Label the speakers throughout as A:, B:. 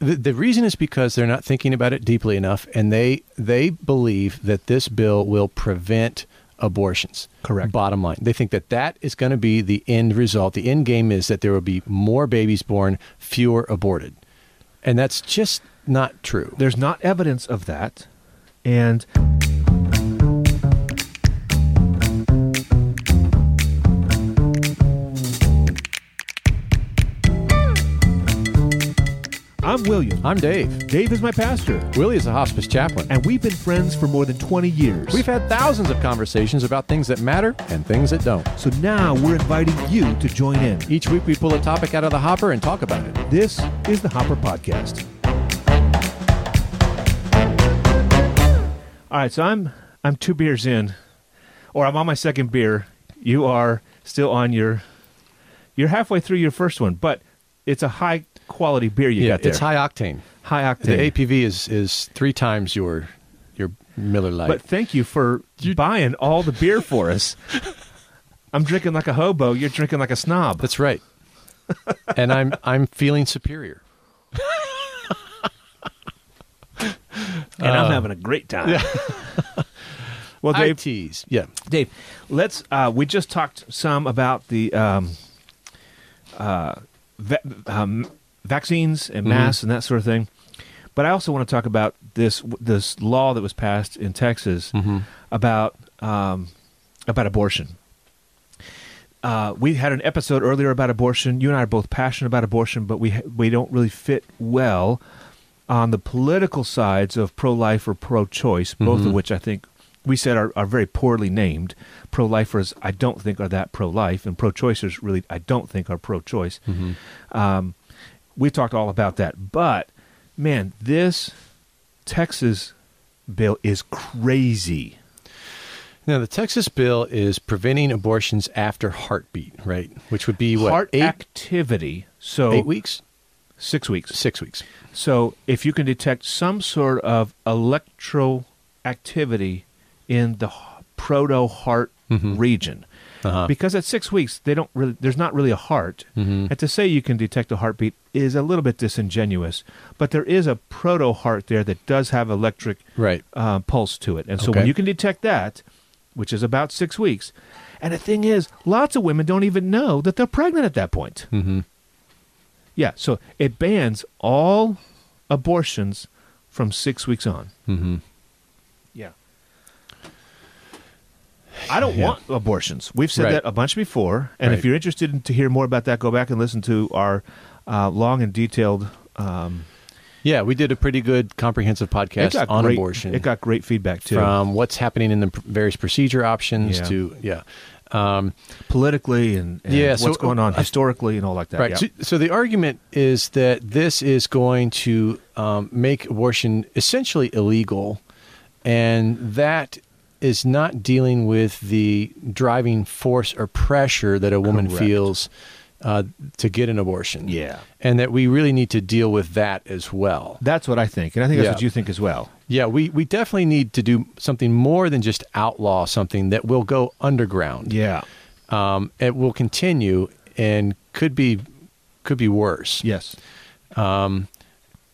A: The, the reason is because they're not thinking about it deeply enough, and they they believe that this bill will prevent abortions.
B: Correct.
A: Bottom line, they think that that is going to be the end result. The end game is that there will be more babies born, fewer aborted, and that's just not true.
B: There's not evidence of that. And I'm William.
A: I'm Dave.
B: Dave is my pastor,
A: Willie is a hospice chaplain.
B: and we've been friends for more than 20 years.
A: We've had thousands of conversations about things that matter and things that don't.
B: so now we're inviting you to join in.
A: Each week we pull a topic out of the hopper and talk about it.
B: This is the Hopper Podcast. All right, so I'm I'm two beers in, or I'm on my second beer. You are still on your, you're halfway through your first one, but it's a high quality beer you got there.
A: it's high octane.
B: high octane.
A: The APV is is three times your your Miller Lite.
B: But thank you for buying all the beer for us. I'm drinking like a hobo. You're drinking like a snob.
A: That's right. and I'm I'm feeling superior.
B: and I'm having a great time. well,
A: I
B: Dave,
A: tease. Yeah.
B: Dave, let's. Uh, we just talked some about the um, uh, va- um, vaccines and masks and that sort of thing, but I also want to talk about this this law that was passed in Texas about um, about abortion. Uh, we had an episode earlier about abortion. You and I are both passionate about abortion, but we we don't really fit well on the political sides of pro life or pro choice, both
A: Mm-hmm.
B: of which I think we said are, are very poorly named. Pro lifers, I don't think, are that pro life, and pro choicers, really, I don't think, are pro choice.
A: Mm-hmm.
B: Um, we've talked all about that. But, man, this Texas bill is crazy.
A: Now the Texas bill is preventing abortions after heartbeat, right? Which would be what
B: Heart Oh.
A: eight
B: activity. So,
A: eight weeks,
B: six weeks.
A: six weeks.
B: So if you can detect some sort of electro activity in the proto heart region,
A: Mm-hmm. Uh-huh. Mm-hmm.
B: because at six weeks they don't really there's not really a heart, and to say you can detect a heartbeat is a little bit disingenuous. But there is a proto heart there that does have electric
A: Right.
B: uh, pulse to it, and so
A: Okay.
B: when you can detect that, which is about six weeks, and the thing is, lots of women don't even know that they're pregnant at that point.
A: Mm-hmm.
B: Yeah, so it bans all abortions from six weeks on.
A: Mm-hmm.
B: Yeah. I don't
A: Yeah.
B: want abortions. We've said
A: Right.
B: that a bunch before. And
A: Right.
B: if you're interested in, to hear more about that, go back and listen to our uh, long and detailed um,
A: Yeah, we did a pretty good comprehensive
B: it
A: podcast
B: got
A: on
B: great,
A: abortion.
B: It got great feedback too,
A: from what's happening in the pr- various procedure options
B: Yeah.
A: to yeah. Um,
B: politically and, and
A: Yeah,
B: what's
A: so,
B: going on
A: uh,
B: historically and all like that.
A: Right.
B: Yeah.
A: So, so the argument is that this is going to um, make abortion essentially illegal, and that is not dealing with the driving force or pressure that a woman
B: Correct.
A: feels uh, to get an abortion.
B: Yeah.
A: And that we really need to deal with that as well.
B: that's what I think. And I think that's
A: Yeah.
B: what you think as well.
A: Yeah, we, we definitely need to do something more than just outlaw something that will go underground.
B: Yeah.
A: Um, it will continue and could be could be worse.
B: Yes.
A: And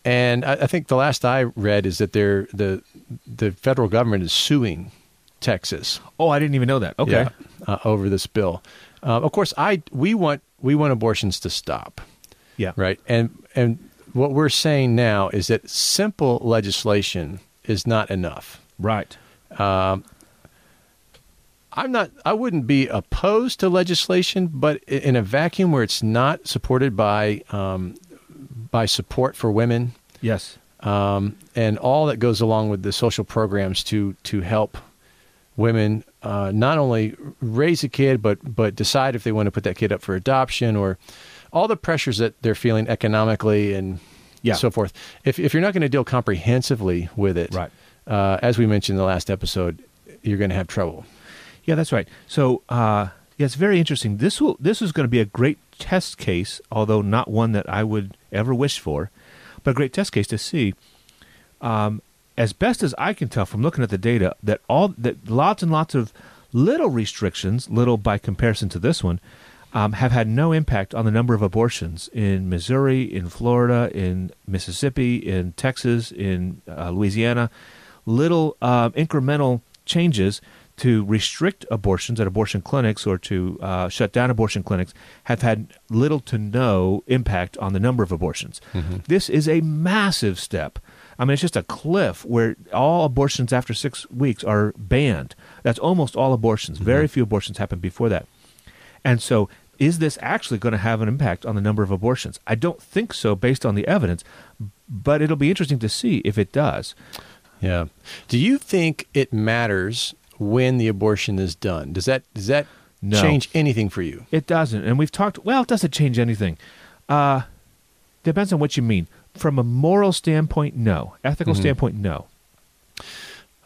A: I, I think the last I read is that they're, the the federal government is suing Texas.
B: Oh, I didn't even know that. Okay.
A: yeah, uh, over this bill. Uh, of course, I we want we want abortions to stop,
B: Yeah.
A: right? And and what we're saying now is that simple legislation is not enough.
B: Right.
A: I'm not. I wouldn't be opposed to legislation, but i- in a vacuum where it's not supported by um, by support for women,
B: Yes.
A: um, and all that goes along with the social programs to to help women uh, not only raise a kid but but decide if they want to put that kid up for adoption or all the pressures that they're feeling economically and
B: Yeah.
A: so forth. If if you're not going to deal comprehensively with it,
B: Right.
A: uh, as we mentioned in the last episode, you're going to have trouble.
B: Yeah, that's right. So, uh, yeah, it's very interesting. This will this is going to be a great test case, although not one that I would ever wish for, but a great test case to see. Um, as best as I can tell from looking at the data, that all that lots and lots of little restrictions, little by comparison to this one, um, have had no impact on the number of abortions in Missouri, in Florida, in Mississippi, in Texas, in uh, Louisiana. Little um, incremental changes to restrict abortions at abortion clinics or to uh, shut down abortion clinics have had little to no impact on the number of abortions. This is a massive step. I mean, it's just a cliff where all abortions after six weeks are banned. That's almost all abortions. Very few abortions happen before that. And so, is this actually going to have an impact on the number of abortions? I don't think so, based on the evidence, but it'll be interesting to see if it does.
A: Yeah. Do you think it matters when the abortion is done? Does that does that
B: No.
A: change anything for you?
B: It doesn't. And we've talked, well, it doesn't change anything. Uh, depends on what you mean. From a moral standpoint, no. Ethical standpoint, no.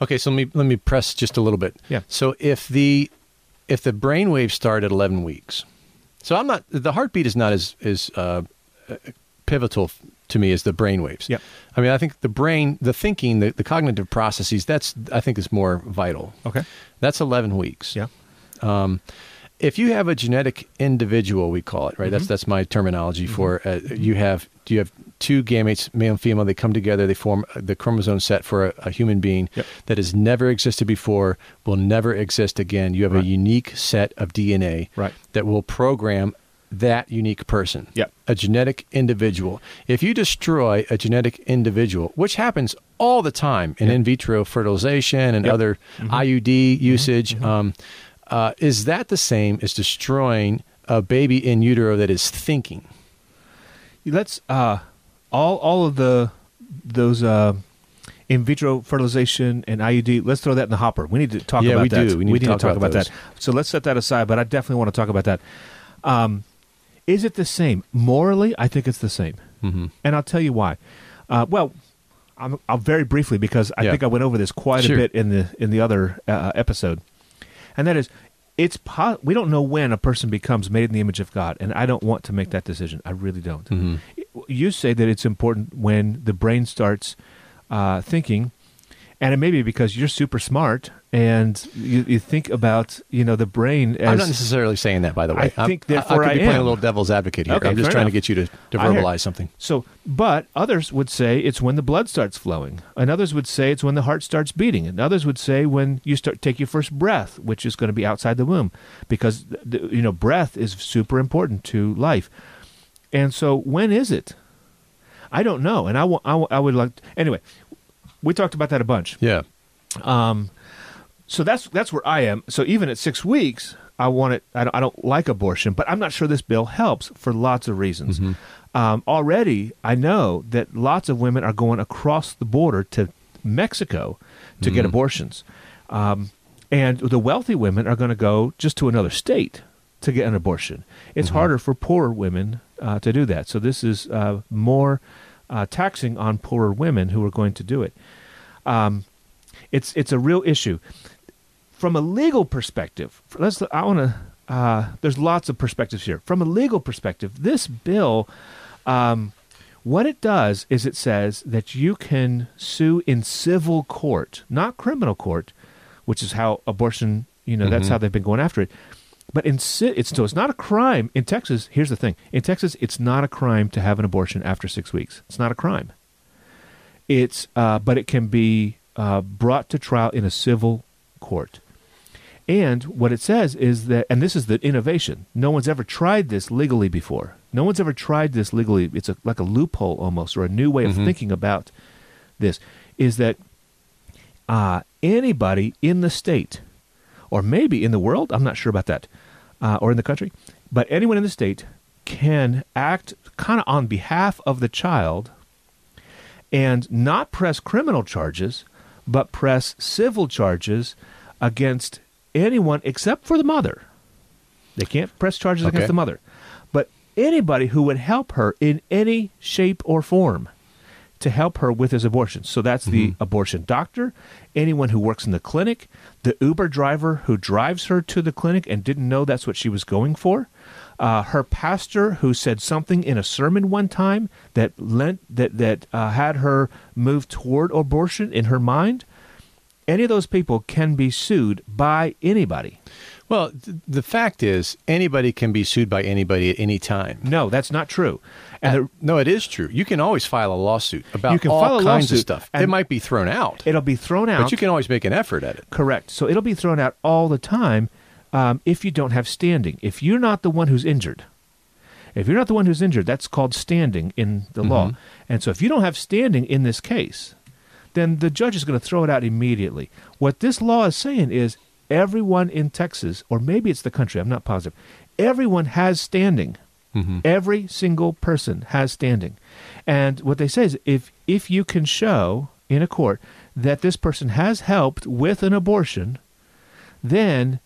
A: Okay, so let me let me press just a little bit.
B: Yeah.
A: So if the if the brain waves start at 11 weeks, so I'm not the heartbeat is not as as uh, uh, pivotal f- to me as the brain waves.
B: Yep.
A: I mean, I think the brain, the thinking, the, the cognitive processes that's I think is more vital.
B: Okay.
A: That's 11 weeks.
B: Yeah.
A: If you have a genetic individual, we call it right.
B: Mm-hmm.
A: That's that's my terminology for uh, you have you have two gametes, male and female. They come together. They form the chromosome set for a, a human being
B: Yep.
A: that has never existed before, will never exist again. You have
B: Right.
A: a unique set of DNA
B: Right.
A: that will program that unique person.
B: Yep.
A: A genetic individual. If you destroy a genetic individual, which happens all the time in
B: Yep.
A: in vitro fertilization and
B: Yep.
A: other
B: Mm-hmm.
A: IUD usage, um, uh, is that the same as destroying a baby in utero that is thinking?
B: Let's uh, all all of the those uh, in vitro fertilization and IUD. Let's throw that in the hopper. We need to talk
A: Yeah,
B: about
A: we
B: that.
A: do. We need to talk about
B: that. So let's set that aside. But I definitely want to talk about that. Um, is it the same morally? I think it's the same, mm-hmm. and I'll tell you why. Uh, well, I'm, I'll very briefly because I
A: Yeah.
B: think I went over this quite
A: Sure.
B: a bit in the in the other uh, episode, and that is. It's po- we don't know when a person becomes made in the image of God, and I don't want to make that decision. I really don't
A: Mm-hmm.
B: you say that it's important when the brain starts uh, thinking, and it may be because you're super smart and you, you think about you know the brain as
A: I'm not necessarily saying that, by the way.
B: I think
A: I'm,
B: therefore
A: I could
B: I
A: be playing
B: am.
A: a little devil's advocate here.
B: Okay,
A: I'm just
B: fair
A: trying to
B: enough.
A: get you to, to
B: I hear-
A: verbalize something.
B: So, but others would say it's when the blood starts flowing, and others would say it's when the heart starts beating, and others would say when you start take your first breath, which is going to be outside the womb, because th- th- you know breath is super important to life. And so, when is it? I don't know, and I wa- I wa- I would like anyway. We talked about that a bunch.
A: Yeah.
B: Um, so that's that's where I am. So even at six weeks, I want it. I don't, I don't like abortion, but I'm not sure this bill helps for lots of reasons. Um, already, I know that lots of women are going across the border to Mexico to get abortions, um, and the wealthy women are going to go just to another state to get an abortion. It's harder for poorer women uh, to do that. So this is uh, more uh, taxing on poorer women who are going to do it Um, it's it's a real issue from a legal perspective. Let's I want to. Uh, there's lots of perspectives here. From a legal perspective, this bill, um, what it does is it says that you can sue in civil court, not criminal court, which is how abortion. You know, that's how they've been going after it. But in ci- it's so it's not a crime in Texas. Here's the thing: in Texas, it's not a crime to have an abortion after six weeks. It's not a crime. It's uh, but it can be uh, brought to trial in a civil court. And what it says is that, and this is the innovation. No one's ever tried this legally before. No one's ever tried this legally. It's a, like a loophole almost, or a new way of thinking about this. Is that uh, anybody in the state, or maybe in the world, I'm not sure about that, uh, or in the country, but anyone in the state can act kind of on behalf of the child and not press criminal charges, but press civil charges against anyone except for the mother. They can't press charges
A: Okay.
B: against the mother, but anybody who would help her in any shape or form to help her with his abortion. So that's the
A: Mm-hmm.
B: abortion doctor, anyone who works in the clinic, the Uber driver who drives her to the clinic and didn't know that's what she was going for, uh, her pastor who said something in a sermon one time that lent that that uh, had her move toward abortion in her mind, any of those people can be sued by anybody.
A: Well, th- the fact is, anybody can be sued by anybody at any time.
B: No, that's not true. And
A: No, it is true. You can always file a lawsuit about
B: You can
A: all
B: file a
A: kinds of
B: lawsuit
A: stuff. It
B: and-
A: might be thrown out,
B: it'll be thrown out.
A: but you can always make an effort at it.
B: Correct. So it'll be thrown out all the time um, if you don't have standing. If you're not the one who's injured, if you're not the one who's injured, that's called standing in the law. And so if you don't have standing in this case, then the judge is going to throw it out immediately. What this law is saying is everyone in Texas, or maybe it's the country, I'm not positive, everyone has standing. Every single person has standing. And what they say is if if you can show in a court that this person has helped with an abortion, then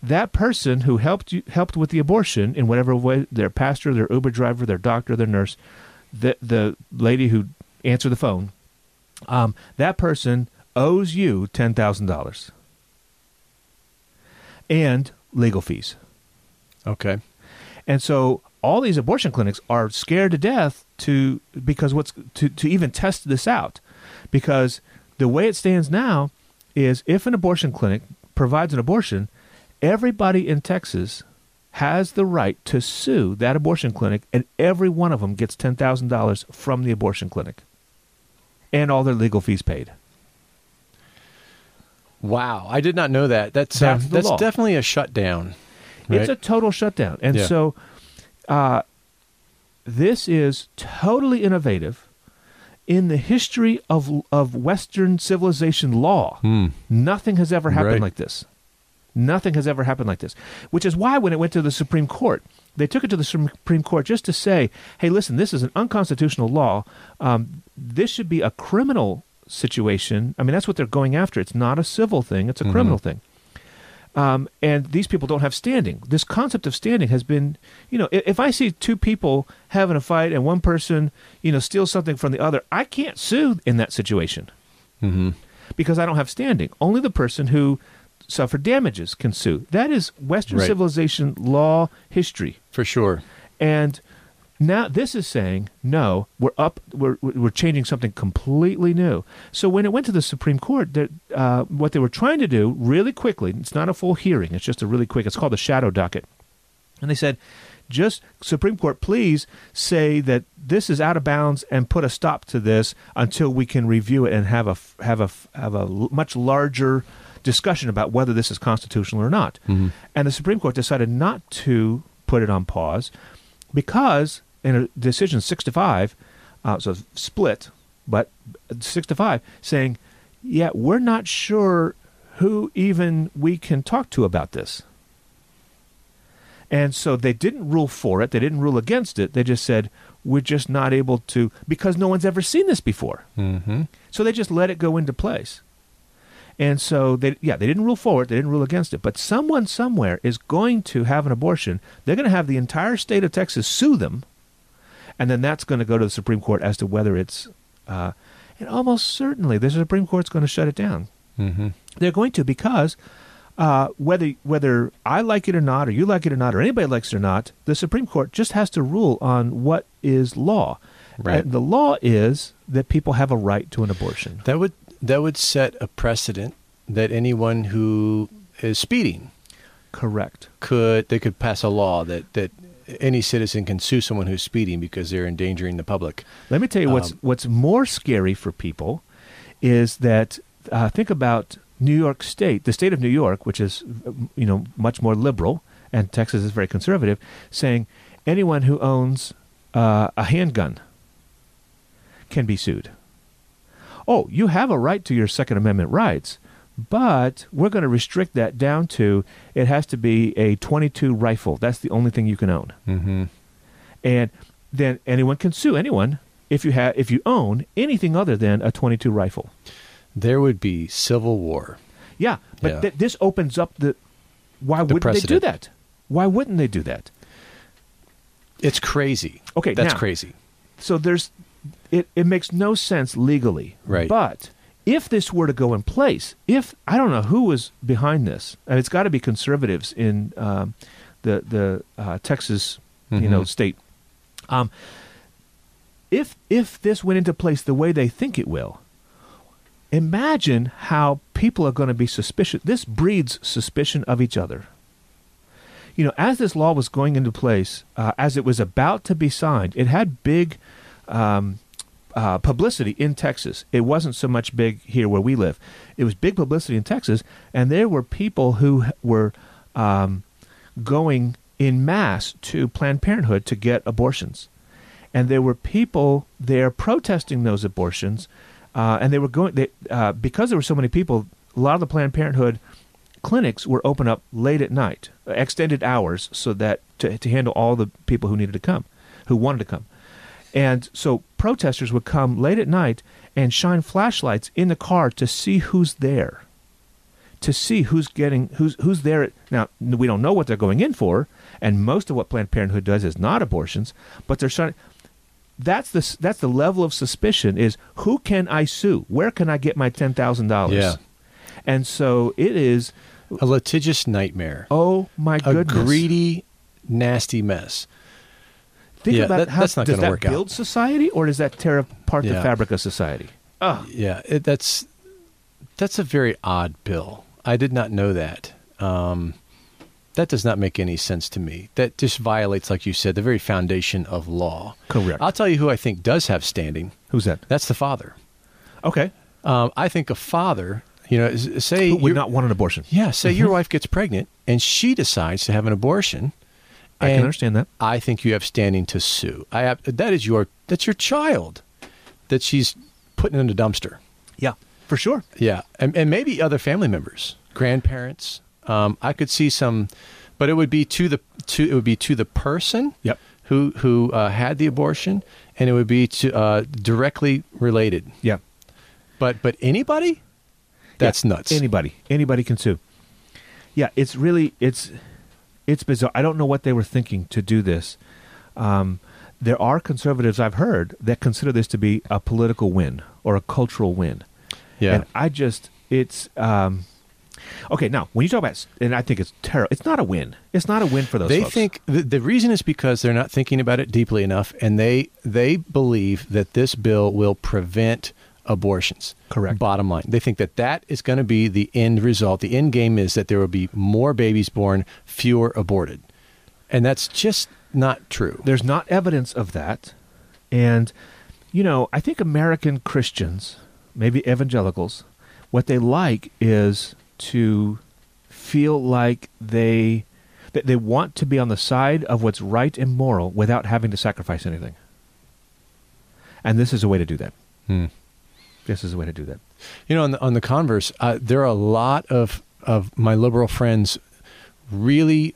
B: that person who helped you, helped with the abortion in whatever way their pastor, their Uber driver, their doctor, their nurse, the the lady who answered the phone, um, that person owes you ten thousand dollars and legal fees.
A: Okay.
B: And so all these abortion clinics are scared to death to because what's to, to even test this out. Because the way it stands now is if an abortion clinic provides an abortion, everybody in Texas has the right to sue that abortion clinic and every one of them gets $10,000 from the abortion clinic and all their legal fees paid.
A: Wow, I did not know that. That's uh,
B: That's
A: that's,
B: the law.
A: definitely a shutdown.
B: It's
A: right?
B: a total shutdown. And
A: Yeah.
B: so uh, this is totally innovative in the history of of Western civilization law.
A: Hmm.
B: Nothing has ever happened
A: Right.
B: like this. Nothing has ever happened like this, which is why when it went to the Supreme Court, they took it to the Supreme Court just to say, "Hey, listen, this is an unconstitutional law. Um, this should be a criminal situation. I mean, that's what they're going after. It's not a civil thing;
A: Mm-hmm.
B: it's a criminal thing." Um, and these people don't have standing. This concept of standing has been, you know, i- if I see two people having a fight and one person, you know, steals something from the other, I can't sue in that situation because I don't have standing. Only the person who suffered damages can sue. That is Western
A: Right.
B: civilization law history.
A: for sure.
B: And now this is saying no. We're up. We're we're changing something completely new. So when it went to the Supreme Court, that uh, what they were trying to do really quickly. It's not a full hearing. It's just a really quick. It's called a shadow docket. And they said, just Supreme Court, please say that this is out of bounds and put a stop to this until we can review it and have a f- have a f- have a l- much larger discussion about whether this is constitutional or not. And the Supreme Court decided not to put it on pause because in a decision six to five, uh, so split, but six to five, saying, yeah, we're not sure who even we can talk to about this. And so they didn't rule for it. They didn't rule against it. They just said, we're just not able to, because no one's ever seen this before.
A: Mm-hmm.
B: So they just let it go into place. And so they, yeah, they didn't rule for it. They didn't rule against it. But someone somewhere is going to have an abortion. They're going to have the entire state of Texas sue them. And then that's going to go to the Supreme Court as to whether it's, uh, and almost certainly the Supreme Court's going to shut it down.
A: Mm-hmm.
B: They're going to because uh, whether whether I like it or not, or you like it or not, or anybody likes it or not, the Supreme Court just has to rule on what is law.
A: Right.
B: And the law is that people have a right to an abortion.
A: That would that would set a precedent that anyone who is speeding
B: Correct.
A: could they could pass a law that that any citizen can sue someone who's speeding because they're endangering the public.
B: Let me tell you what's
A: Um,
B: what's more scary for people is that uh, think about New York State, the state of New York, which is you know much more liberal, and Texas is very conservative, saying anyone who owns uh, a handgun can be sued. Oh, you have a right to your Second Amendment rights, but we're going to restrict that down to it has to be a 22 rifle. That's the only thing you can own
A: Mm-hmm.
B: and then anyone can sue anyone if you have if you own anything other than a 22 rifle.
A: There would be civil war.
B: Yeah, but
A: Yeah.
B: Th- this opens up the why wouldn't they do
A: precedent.
B: that? Why wouldn't they do that?
A: It's crazy.
B: Okay,
A: that's
B: now-
A: crazy.
B: So there's it it makes no sense legally.
A: Right.
B: But if this were to go in place, if I don't know who was behind this, and it's got to be conservatives in um, the the uh, Texas, you know,
A: Mhm.
B: state. Um, if if this went into place the way they think it will, Imagine how people are going to be suspicious. This breeds suspicion of each other. You know, as this law was going into place, uh, as it was about to be signed, it had big um, uh, publicity in Texas. It wasn't so much big here where we live. It was big publicity in Texas, and there were people who were um, going in mass to Planned Parenthood to get abortions, and there were people there protesting those abortions, uh, and they were going they, uh, because there were so many people. A lot of the Planned Parenthood clinics were open up late at night, extended hours, so that to, to handle all the people who needed to come, who wanted to come. And so protesters would come late at night and shine flashlights in the car to see who's there, to see who's getting who's who's there. At, now we don't know what they're going in for, and most of what Planned Parenthood does is not abortions, but they're trying. That's the that's the level of suspicion is who can I sue? Where can I get my ten thousand
A: Yeah.
B: dollars? And so it is.
A: A litigious nightmare.
B: Oh my
A: a
B: goodness!
A: greedy, nasty mess.
B: Think
A: yeah,
B: about
A: that-
B: how
A: that's not
B: does
A: gonna
B: that
A: work out.
B: build society or does that tear apart the
A: Yeah.
B: fabric of society? Oh,
A: Yeah, it, that's that's a very odd bill. I did not know that. Um, that does not make any sense to me. That just violates, like you said, the very foundation of law.
B: correct.
A: I'll tell you who I think does have standing.
B: Who's that?
A: That's the father.
B: Okay,
A: Um, I think a father, you know, s- say
B: who would
A: your-
B: not Mm-hmm. want an abortion?
A: yeah, say your wife gets pregnant and she decides to have an abortion.
B: I can
A: and
B: understand that.
A: I think you have standing to sue. I have, that is your that's your child that she's putting in a dumpster.
B: Yeah, for sure.
A: Yeah, and, and maybe other family members, grandparents. Um, I could see some, but it would be to the to it would be to the person
B: Yep.
A: who who uh, had the abortion, and it would be to uh, directly related.
B: Yeah.
A: But but anybody, that's nuts.
B: Anybody, anybody can sue. Yeah, it's really it's it's bizarre. I don't know what they were thinking to do this. Um, there are conservatives I've heard that consider this to be a political win or a cultural win.
A: yeah,
B: And I just it's um, okay. Now, when you talk about s- and I think it's terrible. It's not a win. It's not a win for those.
A: they
B: folks.
A: think the, the reason is because they're not thinking about it deeply enough, and they they believe that this bill will prevent abortions.
B: Correct.
A: Bottom line, they think that that is going to be the end result. The end game is that there will be more babies born, fewer aborted, and that's just not true.
B: There's not evidence of that. And, you know, I think American Christians, maybe evangelicals, what they like is to feel like they that they want to be on the side of what's right and moral without having to sacrifice anything. And this is a way to do that.
A: Hmm.
B: This is a way to do that.
A: You know, on the, on the converse, uh, there are a lot of, of my liberal friends really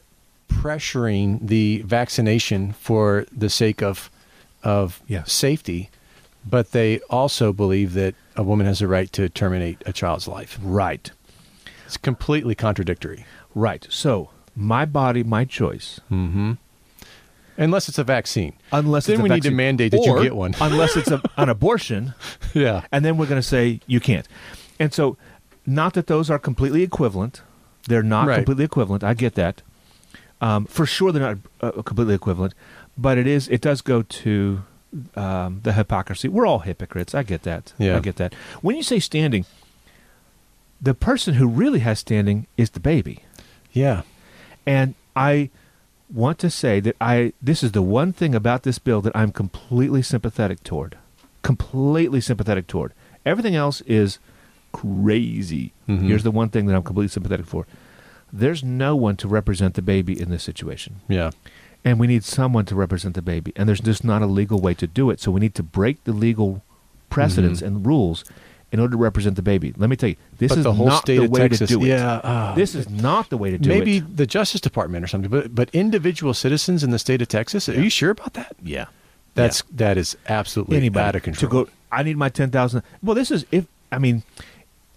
A: pressuring the vaccination for the sake of of
B: Yeah.
A: safety, but they also believe that a woman has a right to terminate a child's life.
B: Right.
A: It's completely contradictory,
B: Right. So, my body, my choice.
A: unless it's a vaccine.
B: Unless
A: Hmm. Then
B: it's a
A: we need to
B: vaccine-
A: mandate that you
B: or
A: get one.
B: unless it's a, an abortion,
A: yeah,
B: and then we're going to say you can't. And so, not that those are completely equivalent. They're not
A: Right.
B: completely equivalent. I get that. Um, for sure, they're not uh, completely equivalent, but it is. It does go to um, the hypocrisy. We're all hypocrites. I get that.
A: Yeah.
B: I get that. When you say standing, the person who really has standing is the baby.
A: yeah,
B: And I want to say that I this is the one thing about this bill that I'm completely sympathetic toward. Completely sympathetic toward. Everything else is crazy.
A: Mhm.
B: Here's the one thing that I'm completely sympathetic for. There's no one to represent the baby in this situation.
A: yeah,
B: And we need someone to represent the baby. And there's just not a legal way to do it. So we need to break the legal precedents and rules in order to represent the baby. Let me tell you, this
A: Mm-hmm. But
B: is
A: the whole
B: not
A: state
B: the
A: of
B: way
A: Texas-
B: to do it.
A: yeah, ah.
B: this is not the way to do it.
A: maybe the Justice Department or something. But but individual citizens in the state of Texas, are you sure about that?
B: Yeah.
A: That's that is absolutely
B: anybody
A: out of control.
B: to go. I need my ten thousand. Well, this is if I mean,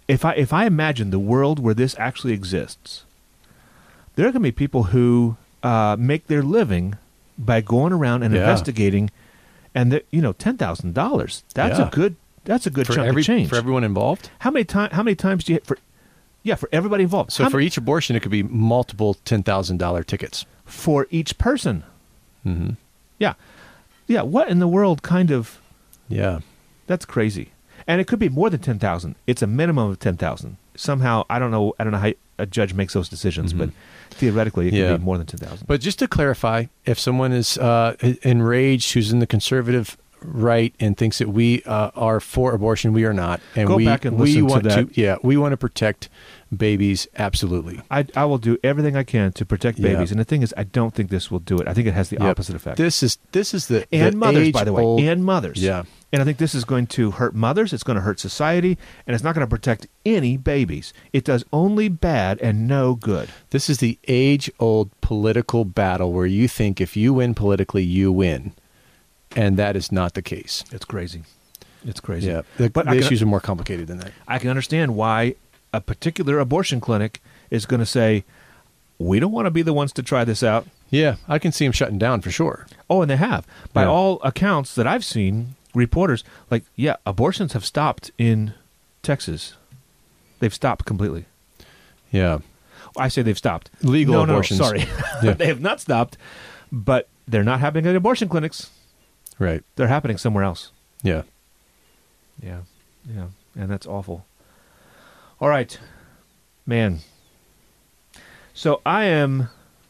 B: if I if I imagine the world where this actually exists, there are going to be people who uh, make their living by going around and
A: Yeah.
B: investigating, and the, you know ten thousand dollars. That's
A: Yeah.
B: a good. That's a good
A: for
B: chunk
A: every
B: of change.
A: for everyone involved.
B: how many time? How many times do you for? Yeah, for everybody involved.
A: So
B: How
A: for
B: m-
A: each abortion, it could be multiple ten thousand dollar tickets.
B: for each person.
A: Mm-hmm.
B: Yeah, yeah. What in the world kind of?
A: Yeah,
B: That's crazy. and it could be more than ten thousand. It's a minimum of ten thousand. Somehow, I don't know. I don't know how a judge makes those decisions, but theoretically, it could
A: Mm-hmm. Yeah.
B: be more than ten thousand.
A: But just to clarify, if someone is uh, enraged who's in the conservative right and thinks that we uh, are for abortion, we are not, and
B: Go
A: we
B: back and
A: we
B: listen to
A: want
B: that.
A: yeah, we want to protect babies absolutely.
B: I, I will do everything I can to protect
A: Yeah.
B: babies. And the thing is, I don't think this will do it. I think it has the
A: Yep.
B: opposite effect.
A: This is this is the
B: and
A: the
B: mothers, by the way,
A: age-old-
B: and mothers.
A: yeah.
B: And I think this is going to hurt mothers. It's going to hurt society, and it's not going to protect any babies. It does only bad and no good.
A: This is the age old political battle where you think if you win politically, you win. And that is not the case.
B: It's crazy. It's crazy.
A: Yeah. The,
B: but
A: the
B: I can,
A: issues are more complicated than that.
B: I can understand why a particular abortion clinic is going to say, "We don't want to be the ones to try this out."
A: Yeah. I can see him shutting down for sure.
B: Oh, and they have. By
A: Yeah.
B: all accounts that I've seen, reporters like, yeah, abortions have stopped in Texas. They've stopped completely.
A: Yeah.
B: I say they've stopped.
A: Legal
B: No, no, no,
A: abortions.
B: sorry,
A: Yeah.
B: they have not stopped, but they're not happening at abortion clinics.
A: Right.
B: They're happening somewhere else.
A: Yeah.
B: Yeah, yeah, and that's awful. All right, man. So I am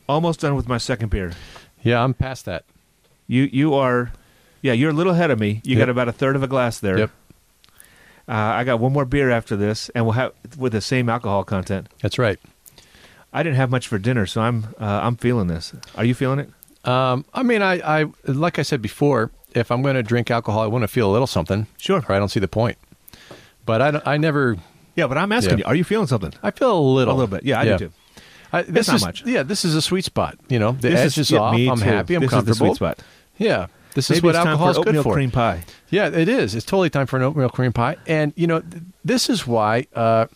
B: almost done with my second beer.
A: Yeah. I'm past that.
B: You you are, yeah, you're a little ahead of me. You
A: Yep.
B: got about a third of a glass there.
A: Yep.
B: Uh, I got one more beer after this, and we'll have with the same alcohol content.
A: That's right.
B: I didn't have much for dinner, so I'm uh, I'm feeling this. Are you feeling it?
A: Um, I mean, I, I, like I said before, if I'm going to drink alcohol, I want to feel a little something.
B: Sure.
A: Or I don't see the point. But I, don't- I never,
B: Yeah, but I'm asking
A: Yeah.
B: you, are you feeling something?
A: I feel a little.
B: A little bit. Yeah, I do too.
A: I, this
B: not
A: is,
B: much.
A: Yeah. This is a sweet spot. You know, the
B: This
A: edge is
B: yeah,
A: off.
B: me
A: I'm
B: too.
A: happy. I'm
B: this
A: comfortable.
B: Is the sweet spot.
A: Yeah. This
B: Maybe
A: is what
B: it's time
A: alcohol is
B: for
A: good
B: oatmeal
A: for.
B: cream pie.
A: Yeah, it is. It's totally time for an oatmeal cream pie. And, you know, th- this is why uh,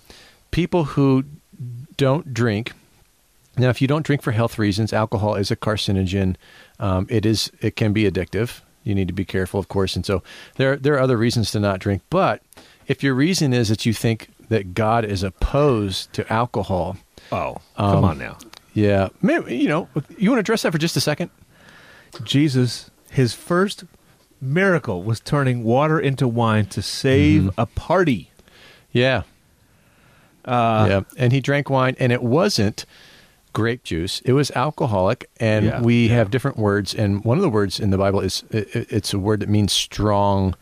A: people who don't drink. Now, if you don't drink for health reasons, alcohol is a carcinogen. Um, it is. It can be addictive. You need to be careful, of course. And so there, there are other reasons to not drink. But if your reason is that you think that God is opposed to alcohol,
B: Oh,
A: um,
B: come on now.
A: yeah, maybe, you know, you want to address that for just a second.
B: Jesus, his first miracle was turning water into wine to save a party.
A: Yeah.
B: Uh,
A: yeah. And he drank wine, and it wasn't grape juice. It was alcoholic, and
B: Yeah,
A: we have different words. And one of the words in the Bible is i- i- it's a word that means strong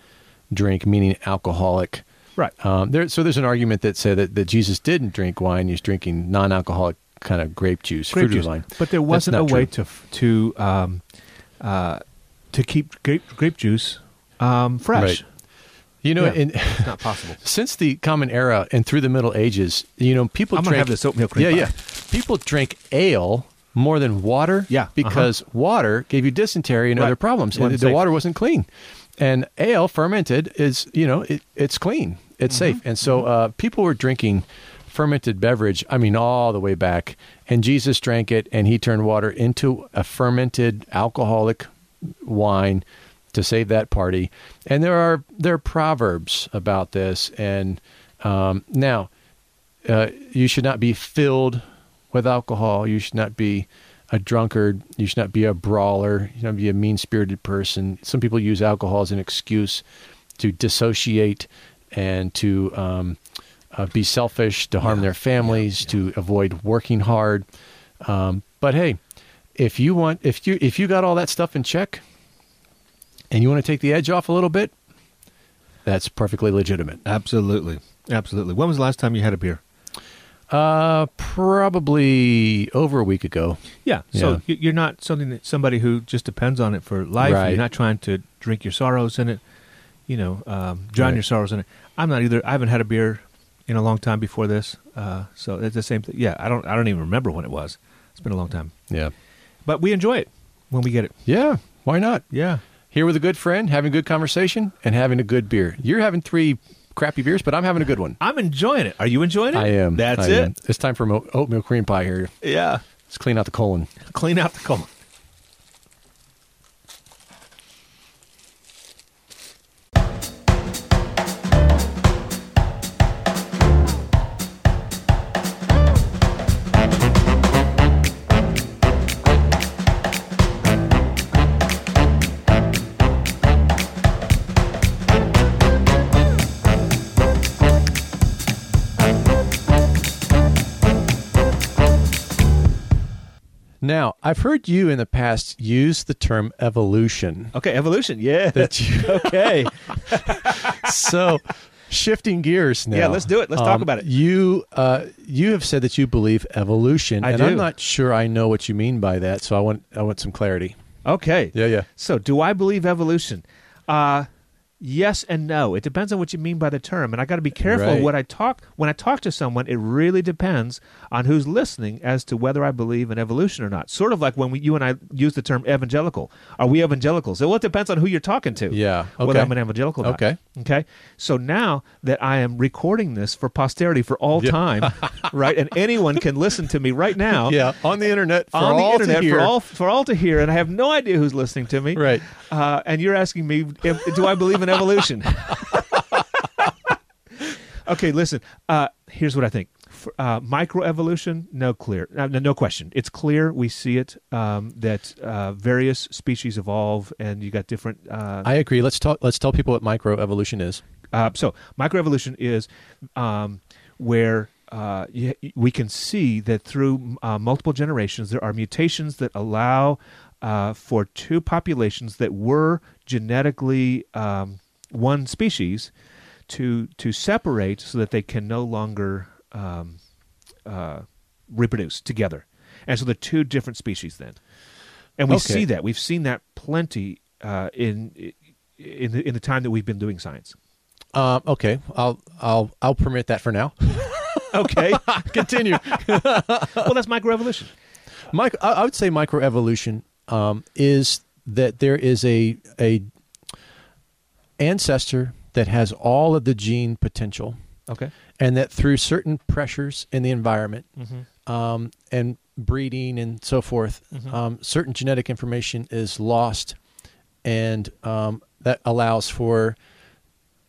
A: drink, meaning alcoholic.
B: Right. Uh,
A: Um, there, so there's an argument that said that, that Jesus didn't drink wine; he's drinking non-alcoholic kind of grape juice,
B: Grape
A: fruit
B: juice.
A: wine.
B: But there
A: That's
B: wasn't a
A: not
B: way
A: true.
B: to f- to um, uh, to keep grape, grape juice um, fresh.
A: Right. You know,
B: Yeah.
A: in,
B: It's not possible.
A: since the Common Era and through the Middle Ages, you know, people
B: I'm gonna
A: drank,
B: have this oatmeal cream
A: Yeah,
B: pie.
A: yeah. People drank ale more than water.
B: Yeah, uh-huh.
A: because water gave you dysentery and
B: Right.
A: other problems, and
B: Wasn't
A: the
B: safe.
A: water wasn't clean. And ale fermented is, you know, it, it's clean, it's
B: Mm-hmm.
A: safe, and so uh, people were drinking fermented beverage. I mean, all the way back, and Jesus drank it, and he turned water into a fermented alcoholic wine to save that party. And there are there are proverbs about this. And um, now, uh, you should not be filled with alcohol. You should not be a drunkard. You should not be a brawler. You should not be a mean spirited person. Some people use alcohol as an excuse to dissociate and to um, uh, be selfish, to harm their families, to avoid working hard. Um, but hey, if you want, if you if you got all that stuff in check, and you want to take the edge off a little bit, that's perfectly legitimate.
B: Absolutely, absolutely. When was the last time you had a beer?
A: Uh, probably over a week ago.
B: Yeah. So
A: Yeah.
B: you- you're not something that somebody who just depends on it for life.
A: Right.
B: You're not trying to drink your sorrows in it. You know, um, drown
A: Right.
B: your sorrows in it. I'm not either. I haven't had a beer in a long time before this. Uh, so it's the same thing. Yeah. I don't. I don't even remember when it was. It's been a long time.
A: Yeah.
B: But we enjoy it when we get it.
A: Yeah. Why not?
B: Yeah.
A: Here with a good friend, having a good conversation, and having a good beer. You're having three crappy beers, but I'm having a good one.
B: I'm enjoying it. Are you enjoying it?
A: I am.
B: That's
A: I
B: it.
A: am. It's time for mo- oatmeal cream pie here.
B: Yeah.
A: Let's clean out the colon.
B: Clean out the colon.
A: Now, I've heard you in the past use the term evolution.
B: Okay, evolution. Yeah.
A: That you,
B: okay.
A: so, shifting gears now. Um,
B: Yeah, let's do it. Let's talk about it.
A: You uh, you have said that you believe evolution,
B: I
A: and
B: do.
A: I'm not sure I know what you mean by that. So I want I want some clarity.
B: Okay.
A: Yeah, yeah.
B: So, do I believe evolution? Uh yes and no. It depends on what you mean by the term, and I got to be careful
A: Right.
B: what I talk when I talk to someone. It really depends on who's listening as to whether I believe in evolution or not. Sort of like when we, you and I use the term evangelical. Are we evangelicals? Well, it depends on who you're talking to.
A: Yeah.
B: Whether
A: Okay.
B: I'm an evangelical. or not.
A: Okay.
B: Okay. So now that I am recording this for posterity for all
A: Yeah.
B: time, right, and anyone can listen to me right now
A: Yeah, on the internet for
B: on the
A: all to
B: internet for
A: hear.
B: all for all to hear, and I have no idea who's listening to me.
A: Right.
B: Uh, and you're asking me, if, do I believe in evolution? okay, listen. Uh, here's what I think. For, uh, microevolution, no clear, uh, no, no question. It's clear we see it um, that uh, various species evolve, and you got different. Uh,
A: I agree. Let's talk. Let's tell people what microevolution is.
B: uh, so microevolution is um, where uh, y- we can see that through uh, multiple generations there are mutations that allow uh, for two populations that were genetically um, one species to to separate so that they can no longer um, uh, reproduce together, and so they're two different species then. And we
A: Okay.
B: see that we've seen that plenty uh, in in the, in the time that we've been doing science.
A: Um, okay, I'll I'll I'll permit that for now.
B: Okay.
A: Continue.
B: well, that's microevolution.
A: Mike, I I would say microevolution um, is that there is a a ancestor that has all of the gene potential,
B: Okay.
A: and that through certain pressures in the environment
B: Mhm.
A: um, and breeding and so forth, um, certain genetic information is lost, and um, that allows for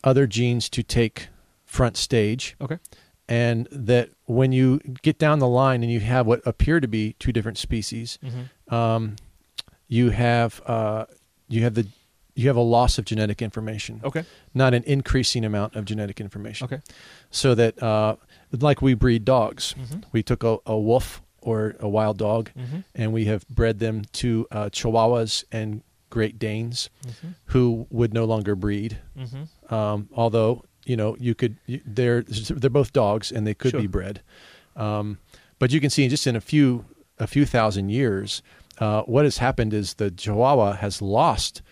A: other genes to take front stage
B: Okay.
A: and that when you get down the line and you have what appear to be two different species,
B: Mm-hmm.
A: um, you have uh, you have the you have a loss of genetic information,
B: Okay.
A: not an increasing amount of genetic information.
B: Oh. Okay.
A: So that uh, like we breed dogs,
B: Mhm.
A: we took a, a wolf or a wild dog,
B: Mhm.
A: and we have bred them to uh, Chihuahuas and Great Danes, who would no longer breed
B: Mm-hmm.
A: um, although you know you could you- they're they're both dogs and they could
B: Sure.
A: be bred um, but you can see just in a few a few thousand years uh, what has happened is the chihuahua has lost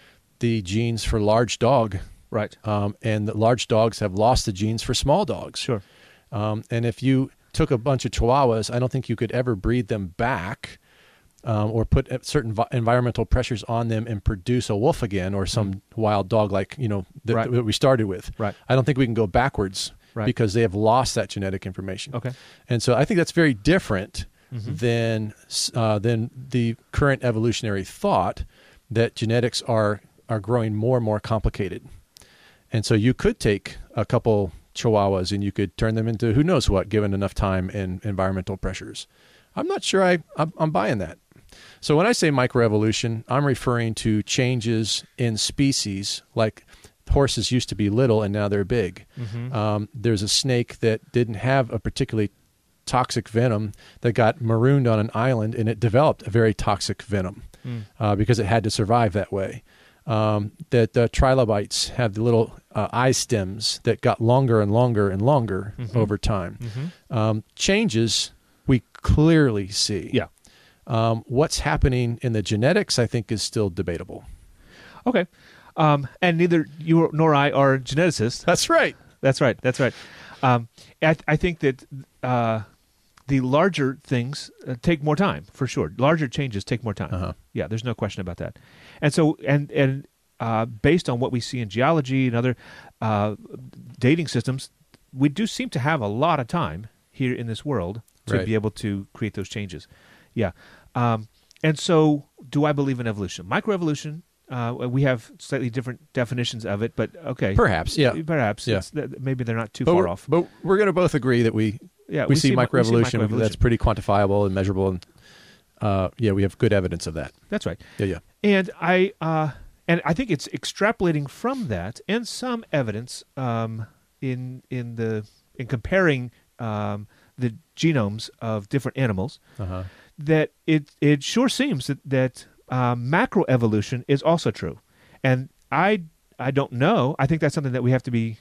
A: the genes for large dog
B: Right.
A: um, and the large dogs have lost the genes for small dogs
B: Sure.
A: um, and if you took a bunch of chihuahuas i don't think you could ever breed them back um, or put certain vi- environmental pressures on them and produce a wolf again or some wild dog like you know that
B: Mm. Right.
A: that we started with
B: Right.
A: I don't think we can go backwards
B: Right.
A: because they have lost that genetic information.
B: Okay.
A: And so I think that's very different
B: Mhm.
A: than uh, than the current evolutionary thought that genetics are are growing more and more complicated. And so you could take a couple chihuahuas and you could turn them into who knows what given enough time and environmental pressures. I'm not sure I I'm, I'm buying that. So when I say microevolution, I'm referring to changes in species like horses used to be little and now they're big.
B: Mm-hmm.
A: Um, there's a snake that didn't have a particularly toxic venom that got marooned on an island and it developed a very toxic venom
B: Mm.
A: uh, because it had to survive that way. Um, that uh, trilobites have the little uh, eye stems that got longer and longer and longer
B: Mhm.
A: over time.
B: Mm-hmm.
A: Um, changes we clearly see.
B: Yeah.
A: Um, what's happening in the genetics, I think, is still debatable.
B: Okay. Um, and neither you nor I are geneticists.
A: That's right.
B: That's right. That's right. Um, I, I think that uh, the larger things uh, take more time for sure. Larger changes take more time.
A: Uh-huh.
B: Yeah, there's no question about that. And so, and and uh, based on what we see in geology and other uh, dating systems, we do seem to have a lot of time here in this world to
A: Right.
B: be able to create those changes. Yeah. Um, and so, do I believe in evolution? Microevolution. Uh, we have slightly different definitions of it, but okay.
A: Perhaps. Yeah.
B: Uh, Perhaps.
A: Yeah.
B: It's- th- maybe they're not too
A: but
B: far
A: we're,
B: off.
A: But we're going to both agree that we
B: yeah,
A: we, see,
B: mi-
A: microevolution.
B: microevolution.
A: That's pretty quantifiable and measurable, and uh, yeah, we have good evidence of that.
B: That's right.
A: Yeah, yeah,
B: And I uh, and I think it's extrapolating from that and some evidence um, in in the in comparing um, the genomes of different animals
A: uh-huh.
B: that it it sure seems that that uh, macroevolution is also true, and I I don't know. I think that's something that we have to be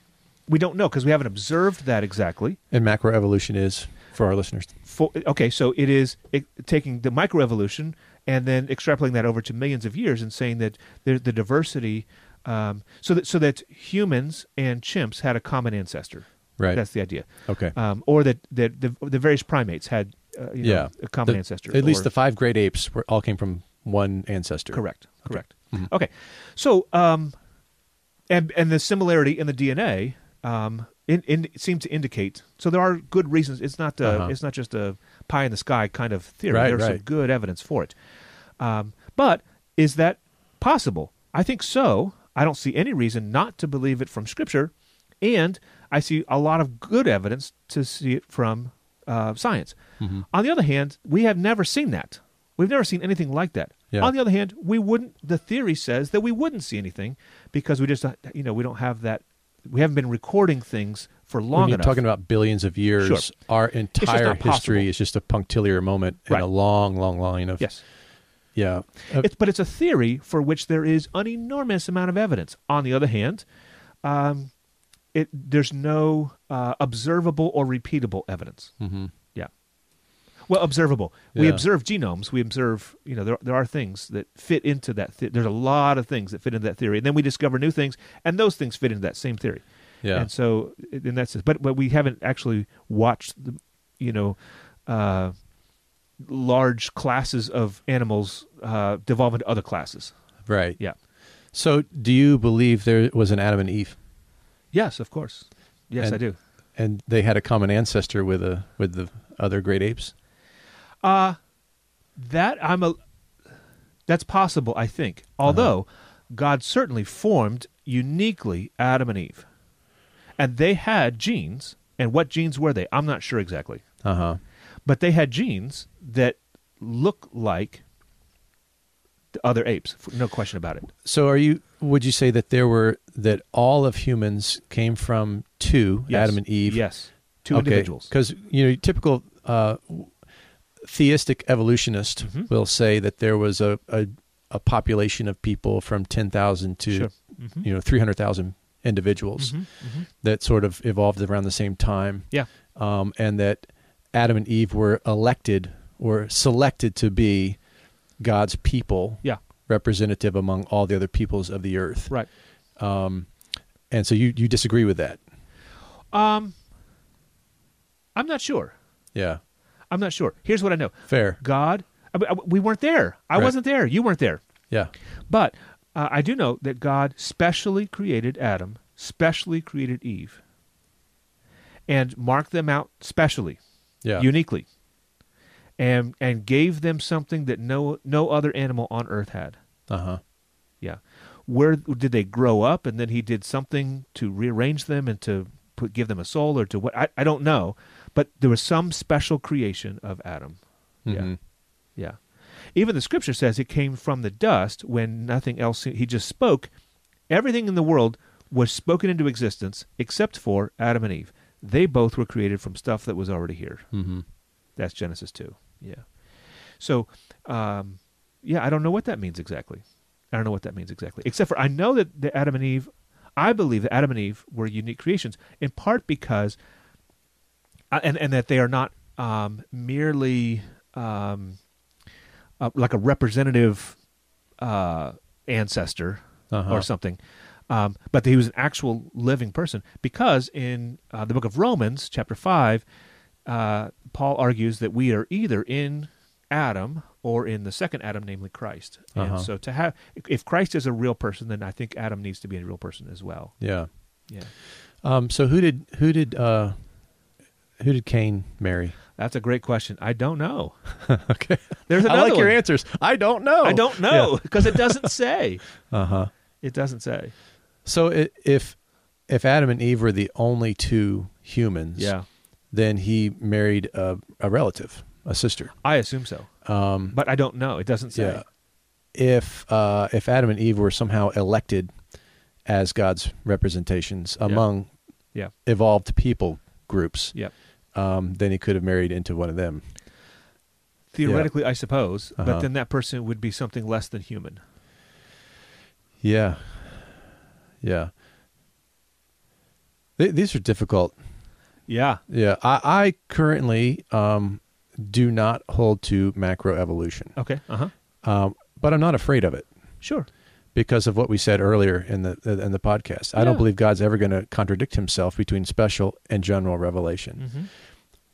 B: we don't know because we haven't observed that exactly.
A: And macroevolution is for our listeners.
B: For, okay, so it is it, taking the microevolution and then extrapolating that over to millions of years and saying that the, the diversity, um, so that so that humans and chimps had a common ancestor.
A: Right.
B: That's the idea.
A: okay.
B: Um, or that, that the, the various primates had uh, you know,
A: Yeah.
B: a common
A: The-
B: ancestor.
A: At least
B: or-
A: the five great apes were, all came from one ancestor.
B: Correct. Correct.
A: Mm-hmm.
B: Okay. So, um, and and the similarity in the DNA, um, in, in seems to indicate. So there are good reasons. It's not a,
A: Uh-huh.
B: it's not just a pie in the sky kind of theory.
A: Right,
B: There's some
A: right.
B: good evidence for it. Um, but is that possible? I think so. I don't see any reason not to believe it from Scripture, and I see a lot of good evidence to see it from uh, science.
A: Mm-hmm.
B: On the other hand, we have never seen that. We've never seen anything like that.
A: Yeah.
B: On the other hand, we wouldn't. The theory says that we wouldn't see anything because we just, uh, you know, we don't have that. We haven't been recording things for long
A: When you're
B: enough.
A: talking about billions of years,
B: Sure.
A: our entire
B: not possible.
A: history is just a punctiliar moment and
B: Right.
A: a long, long line of
B: yes.
A: yeah. Uh,
B: It's, but it's a theory for which there is an enormous amount of evidence. On the other hand, um, it, there's no uh, observable or repeatable evidence.
A: mhm.
B: Yeah. Well, observable. We
A: Yeah.
B: observe genomes. We observe, you know, there, there are things that fit into that. The- There's a lot of things that fit into that theory, and then we discover new things, and those things fit into that same theory.
A: Yeah.
B: And so, in that sense, but but we haven't actually watched the, you know, uh, large classes of animals uh, devolve into other classes.
A: Right.
B: Yeah.
A: So, do you believe there was an Adam and Eve,
B: Yes, of course. Yes,
A: And-
B: I do.
A: and they had a common ancestor with a with the other great apes?
B: Uh that I'm a that's possible, I think.
A: Uh-huh.
B: Although God certainly formed uniquely Adam and Eve. And they had genes, and what genes were they? I'm not sure exactly.
A: Uh huh.
B: But they had genes that look like the other apes, f- no question about it.
A: So, are you? Would you say that there were that all of humans came from two
B: Yes.
A: Adam and Eve?
B: Yes. Two individuals.
A: Because you know, typical uh, theistic evolutionist
B: Mhm.
A: will say that there was a, a a population of people from ten thousand to
B: Sure. Mhm.
A: you know three hundred thousand individuals
B: Mhm, mhm.
A: that sort of evolved around the same time,
B: Yeah.
A: um, and that Adam and Eve were elected or selected to be God's people,
B: Yeah.
A: representative among all the other peoples of the earth.
B: Right.
A: And so you you disagree with that?
B: Um I'm not sure.
A: Yeah,
B: I'm not sure. Here's what I know.
A: fair.
B: God, I- I- we weren't there. I
A: Right.
B: wasn't there. You weren't there.
A: Yeah,
B: But uh, I do know that God specially created Adam, specially created Eve, and marked them out specially,
A: yeah,
B: uniquely, and and gave them something that no no other animal on earth had.
A: uh huh.
B: Yeah, where did they grow up? And then He did something to rearrange them and to put, give them a soul or to what? I, I don't know, but there was some special creation of Adam.
A: Mm-hmm.
B: Yeah. Yeah. Even the scripture says it came from the dust when nothing else, he just spoke. Everything in the world was spoken into existence except for Adam and Eve. They both were created from stuff that was already here.
A: hmm
B: That's Genesis 2. Yeah. So, um, yeah, I don't know what that means exactly. I don't know what that means exactly. Except for I know that the Adam and Eve, I believe that Adam and Eve were unique creations in part because, uh, and and that they are not um, merely um, uh, like a representative uh, ancestor
A: Uh-huh.
B: or something. Um, but that he was an actual living person because in uh, the book of Romans, chapter 5, uh, Paul argues that we are either in Adam or in the second Adam, namely Christ.
A: Uh-huh.
B: And so to have, if Christ is a real person, then I think Adam needs to be a real person as well.
A: Yeah.
B: Yeah.
A: Um, so who did who did uh, who did Cain marry?
B: That's a great question. I don't know.
A: okay.
B: There's
A: I
B: another
A: like your
B: one.
A: answers. I don't know.
B: I don't know because it doesn't say.
A: Uh huh.
B: It doesn't say.
A: So i if if Adam and Eve were the only two humans,
B: Yeah.
A: then he married a, a relative, a sister.
B: I assume so.
A: Um,
B: But I don't know. It doesn't say.
A: yeah. If uh, if Adam and Eve were somehow elected as God's representations among
B: Yeah.
A: evolved people groups,
B: Yep.
A: um, then he could have married into one of them.
B: Theoretically, I suppose,
A: Uh-huh.
B: but then that person would be something less than human.
A: Yeah. Yeah. Th- these are difficult.
B: Yeah.
A: Yeah. I, I currently um, do not hold to macroevolution,
B: Okay. Uh huh.
A: um, but I'm not afraid of it
B: Sure.
A: because of what we said earlier in the in the podcast. I don't
B: Yeah.
A: believe God's ever going to contradict himself between special and general revelation.
B: Mm-hmm.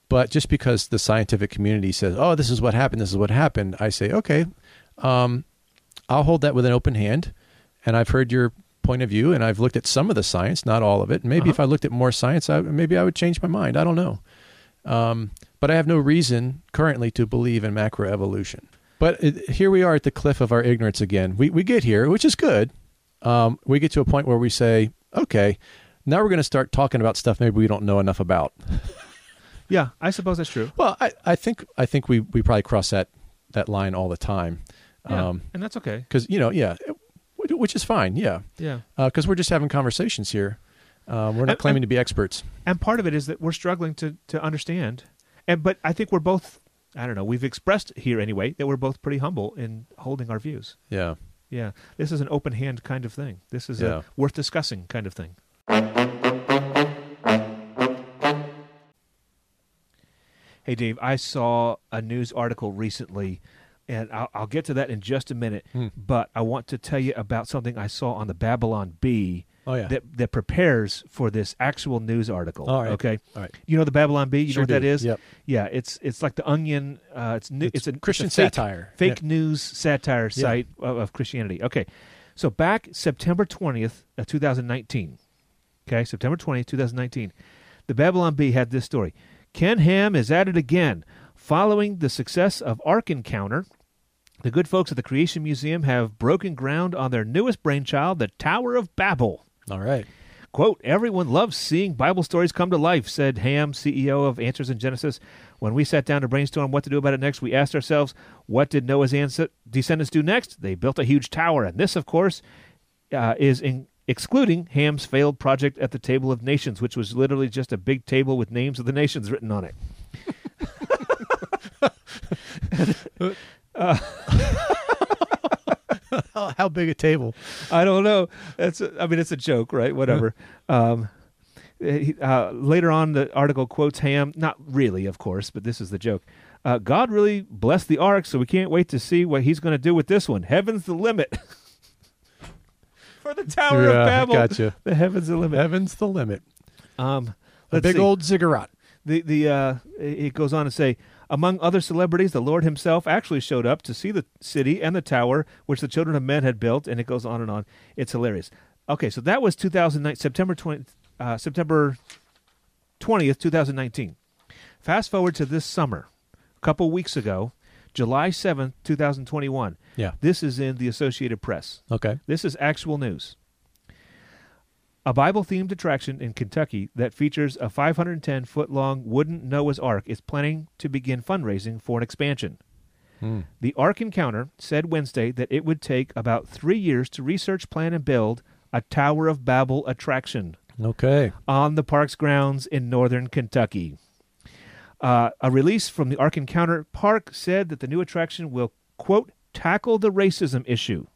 A: But just because the scientific community says, "Oh, this is what happened. This is what happened," I say, "Okay, um, I'll hold that with an open hand." And I've heard your point of view, and I've looked at some of the science, not all of it. Maybe if
B: Uh-huh.
A: I looked at more science, I, maybe I would change my mind. I don't know. Um, but I have no reason currently to believe in macroevolution. But it, here we are at the cliff of our ignorance again. We we get here, which is good. Um, we get to a point where we say, "Okay." Now we're going to start talking about stuff maybe we don't know enough about.
B: Yeah. I suppose that's true.
A: Well, I, I think I think we, we probably cross that, that line all the time, because
B: Yeah. and that's okay.
A: you know, yeah, it- which is fine, yeah,
B: Yeah.
A: because we're just having conversations here. Um, we're not
B: And-
A: claiming to be experts.
B: and part of it is that we're struggling to to understand and but i think we're both i don't know we've expressed here anyway that we're both pretty humble in holding our views
A: Yeah,
B: yeah this is an open hand kind of thing this is
A: Yeah.
B: a worth discussing kind of thing hey dave i saw a news article recently and I'll, I'll get to that in just a minute
A: Hmm.
B: but i want to tell you about something i saw on the babylon bee
A: oh yeah,
B: that that prepares for this actual news article.
A: All right.
B: Okay.
A: all right.
B: You know the Babylon Bee. You
A: Sure
B: know what that
A: do.
B: is?
A: Yep.
B: Yeah. It's it's like the Onion. Uh, it's new, it's, a
A: Christian
B: it's a fake,
A: satire.
B: fake news satire
A: Yeah.
B: site of, of Christianity. Okay. So back September twentieth, uh, two thousand nineteen. Okay, September twentieth, two thousand nineteen. The Babylon Bee had this story. Ken Ham is at it again. Following the success of Ark Encounter, the good folks at the Creation Museum have broken ground on their newest brainchild, the Tower of Babel.
A: Yeah. All right.
B: Quote, everyone loves seeing Bible stories come to life, said Ham, CEO of Answers in Genesis. When we sat down to brainstorm what to do about it next, we asked ourselves, what did Noah's ans- descendants do next? They built a huge tower. And this, of course, uh, is in- excluding Ham's failed project at the Table of Nations, which was literally just a big table with names of the nations written on it.
A: Oh, How, how big a table?
B: I don't know. That's a, I mean, it's a joke,
A: Uh-huh.
B: right? Whatever. um, he- uh, later on, the article quotes Ham. Not really, of course, but this is the joke. Uh, God really blessed the ark, so we can't wait to see what He's going to do with this one. Heaven's the limit for the Tower
A: Yeah,
B: of Babel.
A: gotcha.
B: The heaven's the limit.
A: Heaven's the limit.
B: Um,
A: A
B: let's
A: big
B: see.
A: old ziggurat.
B: the the uh, it goes on to say. Among other celebrities, the Lord Himself actually showed up to see the city and the tower which the children of men had built, and it goes on and on. It's hilarious. Okay, so that was 2009, September 20, uh, September 20th, 2019. Fast forward to this summer, a couple weeks ago, July 7th, 2021.
A: Yeah.
B: This is in the Associated Press.
A: Okay.
B: This is actual news. A Bible themed attraction in Kentucky that features a 510 foot long wooden Noah's Ark is planning to begin fundraising for an expansion. The Ark Encounter said Wednesday that it would take about three years to research, plan, and build a Tower of Babel attraction
A: Okay.
B: on the park's grounds in northern Kentucky. Uh, a release from the Ark Encounter Park said that the new attraction will, quote, tackle the racism issue,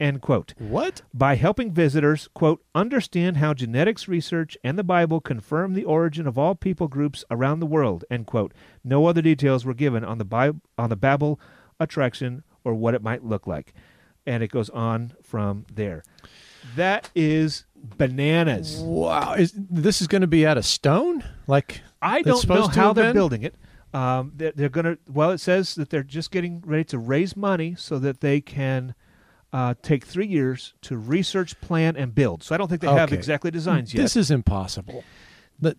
B: end quote
A: What?
B: by helping visitors, quote, understand how genetics research and the Bible confirm the origin of all people groups around the world, end quote. No other details were given on the Bible, on the Babel attraction or what it might look like. And it goes on from there. That is bananas.
A: Wow. Is this is going to be out of stone? Like
B: I
A: It's
B: don't know
A: supposed to
B: how
A: have
B: they're
A: been?
B: building it. Um, they're, they're gonna. Well, it says that they're just getting ready to raise money so that they can uh, take three years to research, plan, and build. So I don't think they have
A: Okay.
B: exactly designs yet.
A: This is impossible. But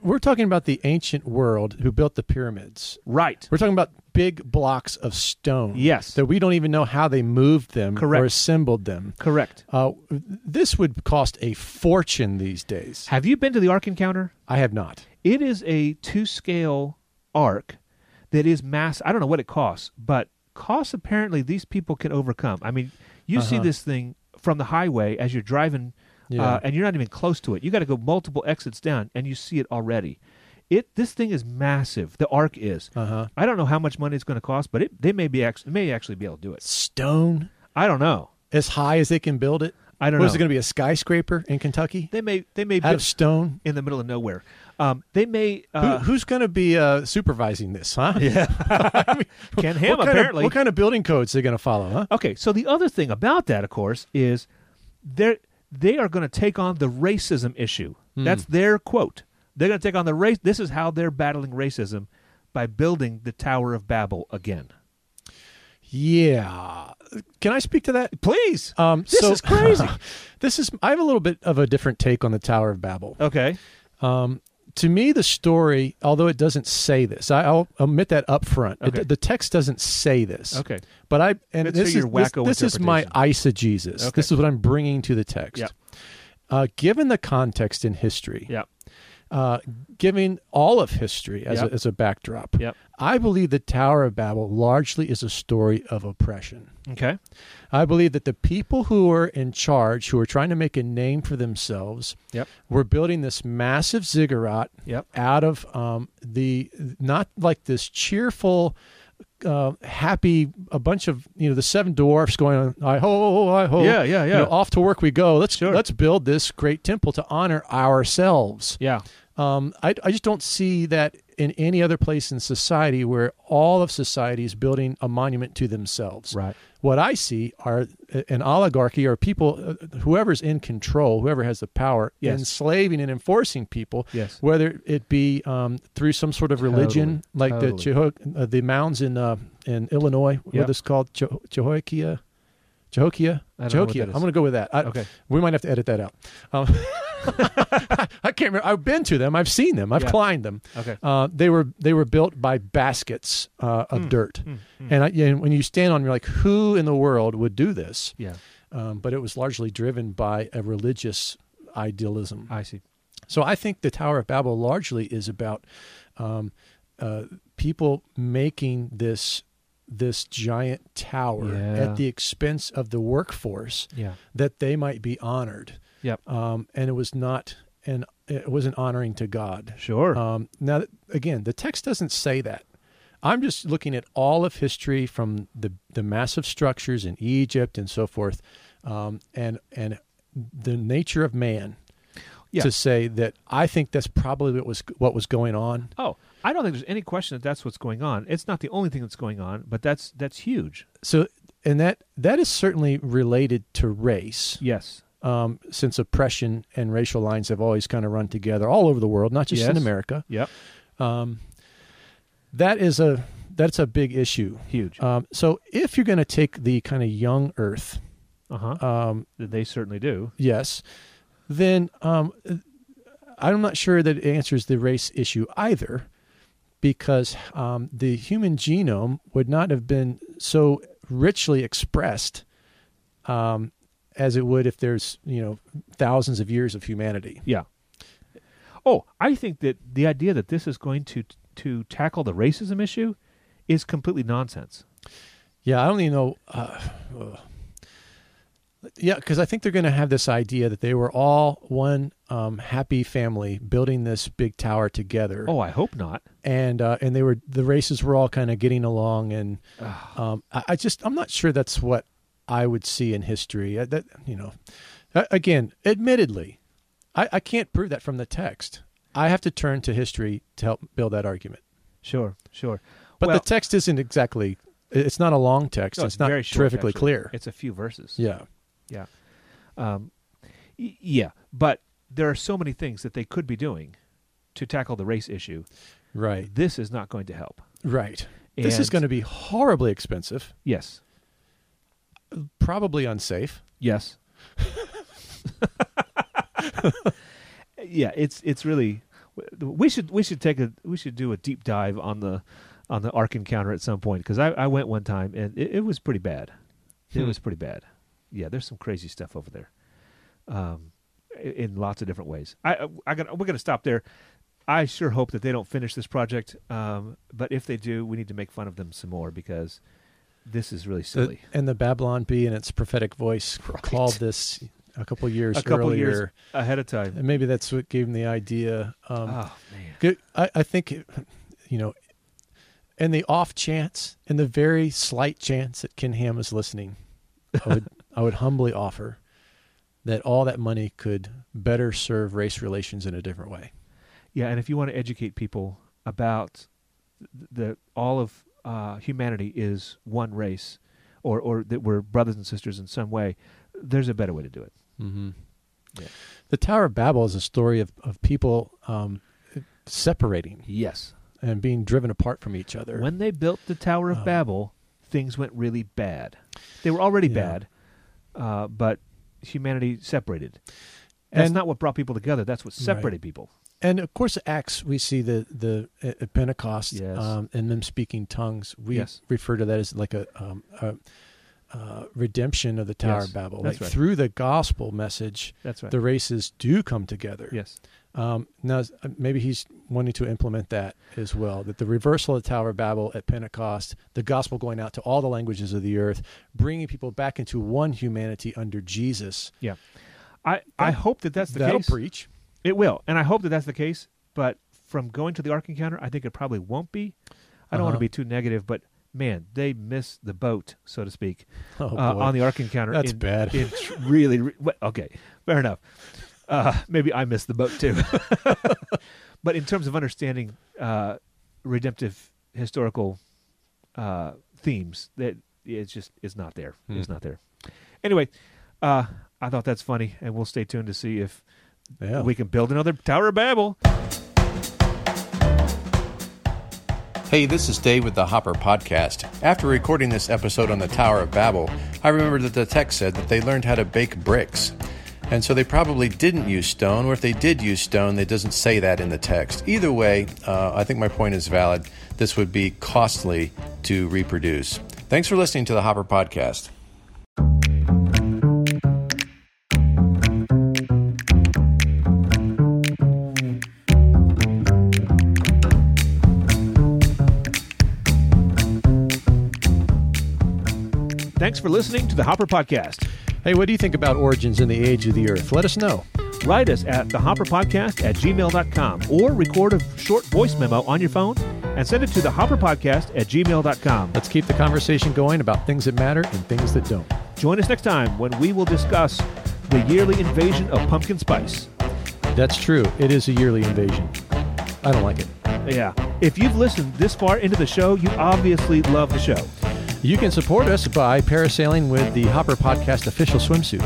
A: we're talking about the ancient world who built the pyramids.
B: right.
A: We're talking about big blocks of stone.
B: Yes.
A: That we don't even know how they moved them
B: Correct.
A: or assembled them.
B: Correct.
A: Uh, this would cost a fortune these days.
B: Have you been to the Ark Encounter?
A: I have not.
B: It is a two-scale ark that is mass. I don't know what it costs, but costs apparently these people can overcome. I mean, you see
A: Uh-huh.
B: this thing from the highway as you're driving,
A: Yeah.
B: uh, and you're not even close to it. You got to go multiple exits down, and you see it already. It this thing is massive. The arc is.
A: Uh-huh.
B: I don't know how much money it's going to cost, but it, they may be actually may actually be able to do it.
A: Stone
B: I don't know.
A: as high as they can build it.
B: I don't
A: What
B: know.
A: is it going to be a skyscraper in Kentucky
B: They may they may
A: out
B: be
A: of stone?
B: in the middle of nowhere. Um, they may
A: Who,
B: uh,
A: who's going to be uh, supervising this, huh? Yeah.
B: Ken Ham
A: what kind
B: apparently.
A: Of, what kind of building codes they going to follow, huh?
B: Okay, so the other thing about that, of course, is they they are going to take on the racism issue. That's their quote. They're going to take on the race. This is how they're battling racism by building the Tower of Babel again.
A: Yeah. Can I speak to that?
B: Please,
A: Um,
B: this
A: so-
B: is crazy.
A: this is. I have a little bit of a different take on the Tower of Babel.
B: okay,
A: Um, to me, the story, although it doesn't say this, I, I'll admit that up front. It-
B: Okay.
A: the text doesn't say this.
B: okay,
A: But I and
B: That's
A: this
B: your
A: is this,
B: wacko
A: this is my eisegesis.
B: Okay.
A: This is what I'm bringing to the text.
B: Yep.
A: Uh, given the context in history,
B: yep,
A: uh, given all of history as,
B: Yep.
A: a, as a backdrop,
B: yep,
A: I believe the Tower of Babel largely is a story of oppression.
B: okay,
A: I believe that the people who are in charge, who are trying to make a name for themselves,
B: yep,
A: were building this massive ziggurat
B: yep,
A: out of um, the not like this cheerful, uh, happy a bunch of you know the seven dwarfs going on I ho I ho
B: Yeah, yeah,
A: You
B: yeah.
A: know, off to work we go let's
B: Sure.
A: let's build this great temple to honor ourselves.
B: yeah,
A: Um, I I just don't see that in any other place in society where all of society is building a monument to themselves.
B: right,
A: What I see are an oligarchy or people, uh, whoever's in control, whoever has the power,
B: Yes.
A: enslaving and enforcing people,
B: yes,
A: whether it be um, through some sort of religion,
B: Totally,
A: like the
B: totally.
A: Jeho- uh, the mounds in uh, in Illinois,
B: Yep.
A: what is called Jeho- Jehoiakia. Jehoiakia,
B: I don't know what
A: Jehoiakia.
B: that is.
A: I'm going to go with that. I,
B: okay,
A: We might have to edit that out. Um, I can't remember. I've been to them. I've seen them. I've
B: Yeah.
A: climbed them.
B: okay,
A: Uh, they were they were built by baskets uh, of
B: Mm,
A: dirt.
B: mm, mm.
A: And, I, and when you stand on, 'em, you're like, who in the world would do this?
B: yeah,
A: Um, but it was largely driven by a religious idealism.
B: I see.
A: So I think the Tower of Babel largely is about um, uh, people making this this giant tower
B: Yeah.
A: at the expense of the workforce
B: Yeah,
A: that they might be honored.
B: Yep.
A: Um, and it was not an it wasn't honoring to God.
B: sure.
A: Um, now, th- again, the text doesn't say that. I'm just looking at all of history from the, the massive structures in Egypt and so forth, um, and and the nature of man
B: Yeah.
A: to say that I think that's probably what was what was going on.
B: oh, I don't think there's any question that that's what's going on. It's not the only thing that's going on, but that's that's huge.
A: So, and that that is certainly related to race,
B: Yes.
A: um, since oppression and racial lines have always kind of run together all over the world, not just in
B: Yes.
A: America.
B: Yep.
A: Um, that is a that's a big issue.
B: Huge.
A: Um, so if you're going to take the kind of young Earth,
B: Uh huh.
A: um,
B: They certainly do.
A: yes, then um, I'm not sure that it answers the race issue either, because um, the human genome would not have been so richly expressed um, as it would if there's you know thousands of years of humanity.
B: Yeah. Oh, I think that the idea that this is going to to tackle the racism issue is completely nonsense.
A: Yeah, I don't even know. Uh, ugh. yeah, because I think they're going to have this idea that they were all one um, happy family building this big tower together,
B: Oh, I hope not.
A: and uh, and they were the races were all kind of getting along, and
B: Ugh.
A: um, I, I just I'm not sure that's what I would see in history. Uh, That you know, uh, again, admittedly, I, I can't prove that from the text. I have to turn to history to help build that argument.
B: Sure, sure.
A: But
B: Well-
A: the text isn't exactly. It's not a long text.
B: No,
A: it's, not
B: very short,
A: terrifically
B: actually.
A: clear.
B: It's a few verses.
A: yeah.
B: Yeah. Um, y- yeah, but there are so many things that they could be doing to tackle the race issue.
A: Right,
B: This is not going to help.
A: right. this is
B: And-
A: going to be horribly expensive,
B: Yes.
A: probably unsafe.
B: Yes. yeah, it's it's really we should we should take a we should do a deep dive on the on the Ark encounter at some point because I, I went one time and it, it was pretty bad. It
A: Hmm.
B: was pretty bad. Yeah, there's some crazy stuff over there, um, i- in lots of different ways. I I got we're gonna stop there. I sure hope that they don't finish this project, um, but if they do, we need to make fun of them some more because this is really
A: The-
B: silly.
A: and the Babylon Bee in its prophetic voice called this a couple years
B: a couple
A: earlier.
B: years ahead of time.
A: And maybe that's what gave him the idea. Um,
B: oh man.
A: Good. I, I think, you know, and the off chance, and the very slight chance that Ken Ham is listening, I would, I would humbly offer that all that money could better serve race relations in a different way.
B: Yeah, and if you want to educate people about that all of uh, humanity is one race, or or that we're brothers and sisters in some way, there's a better way to do it.
A: Mm-hmm.
B: Yeah.
A: The Tower of Babel is a story of, of people um, separating
B: Yes.
A: and being driven apart from each other.
B: When they built the Tower of
A: Um,
B: Babel, things went really bad. They were already
A: Yeah.
B: bad, uh, but humanity separated. That's
A: And-
B: not what brought people together. That's what separated people.
A: and of course, Acts, we see the, the at at Pentecost
B: Yes.
A: um, and them speaking tongues. We
B: Yes.
A: refer to that as like a, um, a uh, redemption of the Tower
B: Yes,
A: of Babel.
B: that's
A: like
B: right.
A: Through the gospel message,
B: That's right.
A: the races do come together.
B: yes.
A: Um, now, s- uh, maybe he's wanting to implement that as well that the reversal of the Tower of Babel at Pentecost, the gospel going out to all the languages of the earth, bringing people back into one humanity under Jesus.
B: Yeah. I, I hope that that's the
A: That'll
B: case.
A: preach.
B: It will, and I hope that that's the case. But from going to the Ark Encounter, I think it probably won't be. I don't want
A: Uh-huh.
B: to be too negative, but man, they missed the boat, so to speak,
A: Oh,
B: uh,
A: boy.
B: on the Ark Encounter.
A: That's
B: in,
A: bad.
B: It's really re- well, okay. Fair enough. Uh, maybe I missed the boat too. but in terms of understanding uh, redemptive historical uh, themes, that it's just it's not there. It's
A: Hmm.
B: not there. Anyway, uh, I thought that's funny, and we'll stay tuned to see if
A: yeah.
B: we can build another Tower of Babel.
A: Hey, this is Dave with the Hopper Podcast. After recording this episode on the Tower of Babel, I remembered that the text said that they learned how to bake bricks. And so they probably didn't use stone, or if they did use stone, it doesn't say that in the text. Either way, uh, I think my point is valid. This would be costly to reproduce. Thanks for listening to the Hopper Podcast.
B: Thanks for listening to the Hopper Podcast.
A: Hey, what do you think about origins in the age of the earth? Let us know.
B: Write us at thehopperpodcast at gmail.com or record a short voice memo on your phone and send it to thehopperpodcast at gmail.com.
A: Let's keep the conversation going about things that matter and things that don't.
B: Join us next time when we will discuss the yearly invasion of pumpkin spice.
A: That's true. It is a yearly invasion. I don't like it.
B: Yeah. If you've listened this far into the show, you obviously love the show.
A: You can support us by parasailing with the Hopper Podcast official swimsuit.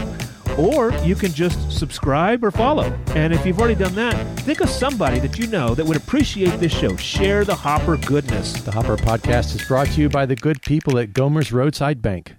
B: Or you can just subscribe or follow. And if you've already done that, think of somebody that you know that would appreciate this show. Share the Hopper goodness.
A: The Hopper Podcast is brought to you by the good people at Gomer's Roadside Bank.